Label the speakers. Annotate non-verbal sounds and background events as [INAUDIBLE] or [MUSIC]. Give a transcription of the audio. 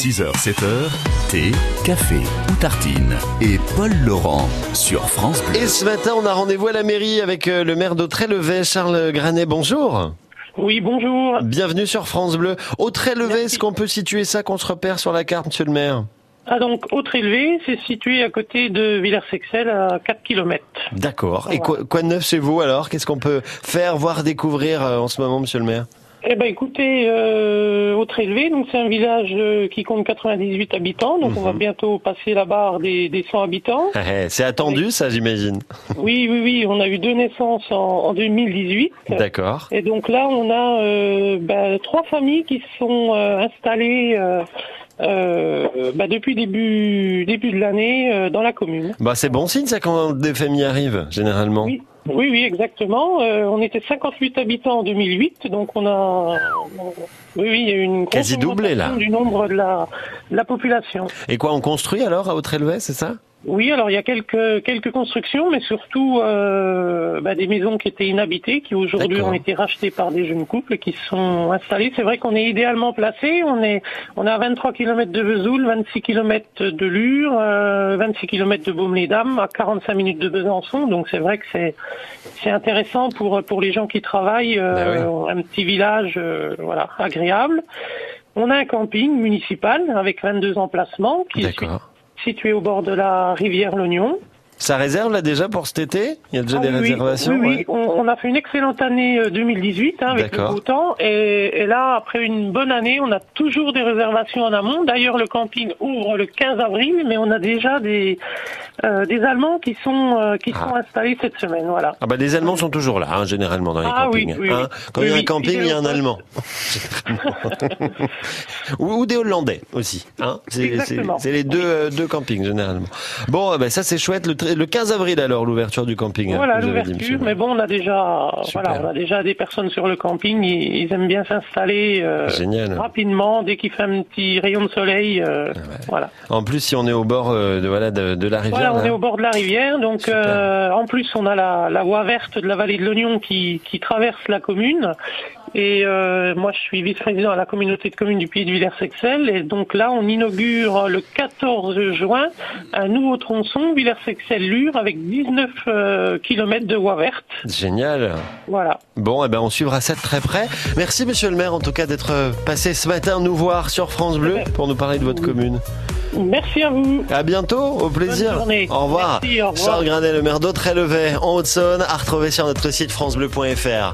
Speaker 1: 6h, 7h, thé, café ou tartine. Et Paul Laurent sur France Bleu.
Speaker 2: Et ce matin, on a rendez-vous à la mairie avec euh, le maire d'Autrey-le-Vay, Charles Granet. Bonjour.
Speaker 3: Oui, bonjour.
Speaker 2: Bienvenue sur France Bleu. Autrey-le-Vay, est-ce qu'on peut situer ça, qu'on se repère sur la carte, monsieur le maire
Speaker 3: Ah donc, Autre élevé, c'est situé à côté de Villers-Sexel à 4 km.
Speaker 2: D'accord. Et quoi, quoi de neuf chez vous alors Qu'est-ce qu'on peut faire, voir, découvrir euh, en ce moment, monsieur le maire
Speaker 3: Eh ben écoutez, euh, Autre élevé, donc c'est un village euh, qui compte 98 habitants, donc on va bientôt passer la barre des, des 100 habitants.
Speaker 2: Eh, eh, C'est attendu, ça, j'imagine.
Speaker 3: Oui, oui, oui, on a eu deux naissances en, en 2018.
Speaker 2: D'accord.
Speaker 3: Et donc là, on a euh, ben, trois familles qui se sont euh, installées euh, euh, ben, depuis début début de l'année euh, dans la commune.
Speaker 2: Bah, c'est bon signe, ça, quand des familles arrivent, généralement.
Speaker 3: Oui, oui, oui, exactement. Euh, on était 58 habitants en 2008, donc on a, oui, oui, il y a eu une grosse
Speaker 2: Quasi doublé,
Speaker 3: augmentation
Speaker 2: là.
Speaker 3: du nombre de la, de la population.
Speaker 2: Et quoi, on construit alors à Autrey-le-Vay, c'est ça
Speaker 3: Oui, alors il y a quelques quelques constructions, mais surtout euh, bah, des maisons qui étaient inhabitées, qui aujourd'hui
Speaker 2: D'accord.
Speaker 3: ont été rachetées par des jeunes couples qui se sont installés. C'est vrai qu'on est idéalement placé. On est on est à 23 km de Vesoul, 26 km de Lure, euh, 26 km de Baume-les-Dames, à 45 minutes de Besançon. Donc c'est vrai que c'est c'est intéressant pour pour les gens qui travaillent.
Speaker 2: Ben
Speaker 3: euh, Un petit village, euh, voilà, agréable. On a un camping municipal avec 22 emplacements qui est
Speaker 2: D'accord.
Speaker 3: situé au bord de la rivière L'Oignon.
Speaker 2: Ça réserve là déjà pour cet été Il y a déjà
Speaker 3: Ah
Speaker 2: des
Speaker 3: oui, oui,
Speaker 2: réservations
Speaker 3: oui, oui.
Speaker 2: ouais.
Speaker 3: On, on a fait une excellente année euh, 2018 hein, avec le
Speaker 2: D'accord.
Speaker 3: beau temps. Et, et là, après une bonne année, on a toujours des réservations en amont. D'ailleurs, le camping ouvre le 15 avril, mais on a déjà des, euh, des Allemands qui sont, euh, qui
Speaker 2: Ah.
Speaker 3: sont installés cette semaine. Voilà.
Speaker 2: Ah bah les Allemands sont toujours là, hein, généralement dans les
Speaker 3: Ah oui,
Speaker 2: campings.
Speaker 3: oui,
Speaker 2: hein.
Speaker 3: oui.
Speaker 2: Quand
Speaker 3: Oui,
Speaker 2: il y a un
Speaker 3: oui,
Speaker 2: camping, il y a un
Speaker 3: idéalement.
Speaker 2: Allemand. Généralement. [LAUGHS] ou, ou des Hollandais aussi. Hein. C'est- C'est
Speaker 3: Exactement.
Speaker 2: c'est les deux, euh, deux campings généralement. Bon, eh ben, ça c'est chouette. Le, tr- le 15 avril alors l'ouverture du camping. hein,
Speaker 3: Voilà
Speaker 2: vous avez dit, monsieur le
Speaker 3: l'ouverture, mais
Speaker 2: maire.
Speaker 3: bon, on a déjà,
Speaker 2: Super.
Speaker 3: voilà, on a déjà des personnes sur le camping. Ils, ils aiment bien s'installer euh,
Speaker 2: Génial. Ah
Speaker 3: rapidement dès qu'il fait un petit rayon de soleil. euh, Voilà.
Speaker 2: En plus, si on est au bord euh, de, voilà, de, de la rivière,
Speaker 3: Voilà, on
Speaker 2: là.
Speaker 3: est au bord de la rivière, donc
Speaker 2: Super.
Speaker 3: euh, en plus on a la, la voie verte de la vallée de l'Oignon qui, qui traverse la commune. Et euh, moi je suis vice-président à la communauté de communes du Pays de Villers-Sexel. Et donc là on inaugure euh, le 14 juin un nouveau tronçon Villers-Sexel-Lure avec 19 km de voie verte.
Speaker 2: génial.
Speaker 3: Voilà.
Speaker 2: Bon, eh ben, on suivra ça de très près. Merci, monsieur le maire, en tout cas, d'être euh, passé ce matin nous voir sur France Bleu pour nous parler de votre commune.
Speaker 3: Merci à vous.
Speaker 2: À bientôt, au plaisir.
Speaker 3: Bonne journée.
Speaker 2: Au revoir.
Speaker 3: Merci, au revoir.
Speaker 2: Charles Granet, le maire d'Autre-et-Levet, en Haute-Saône, à retrouver sur notre site FranceBleu.fr.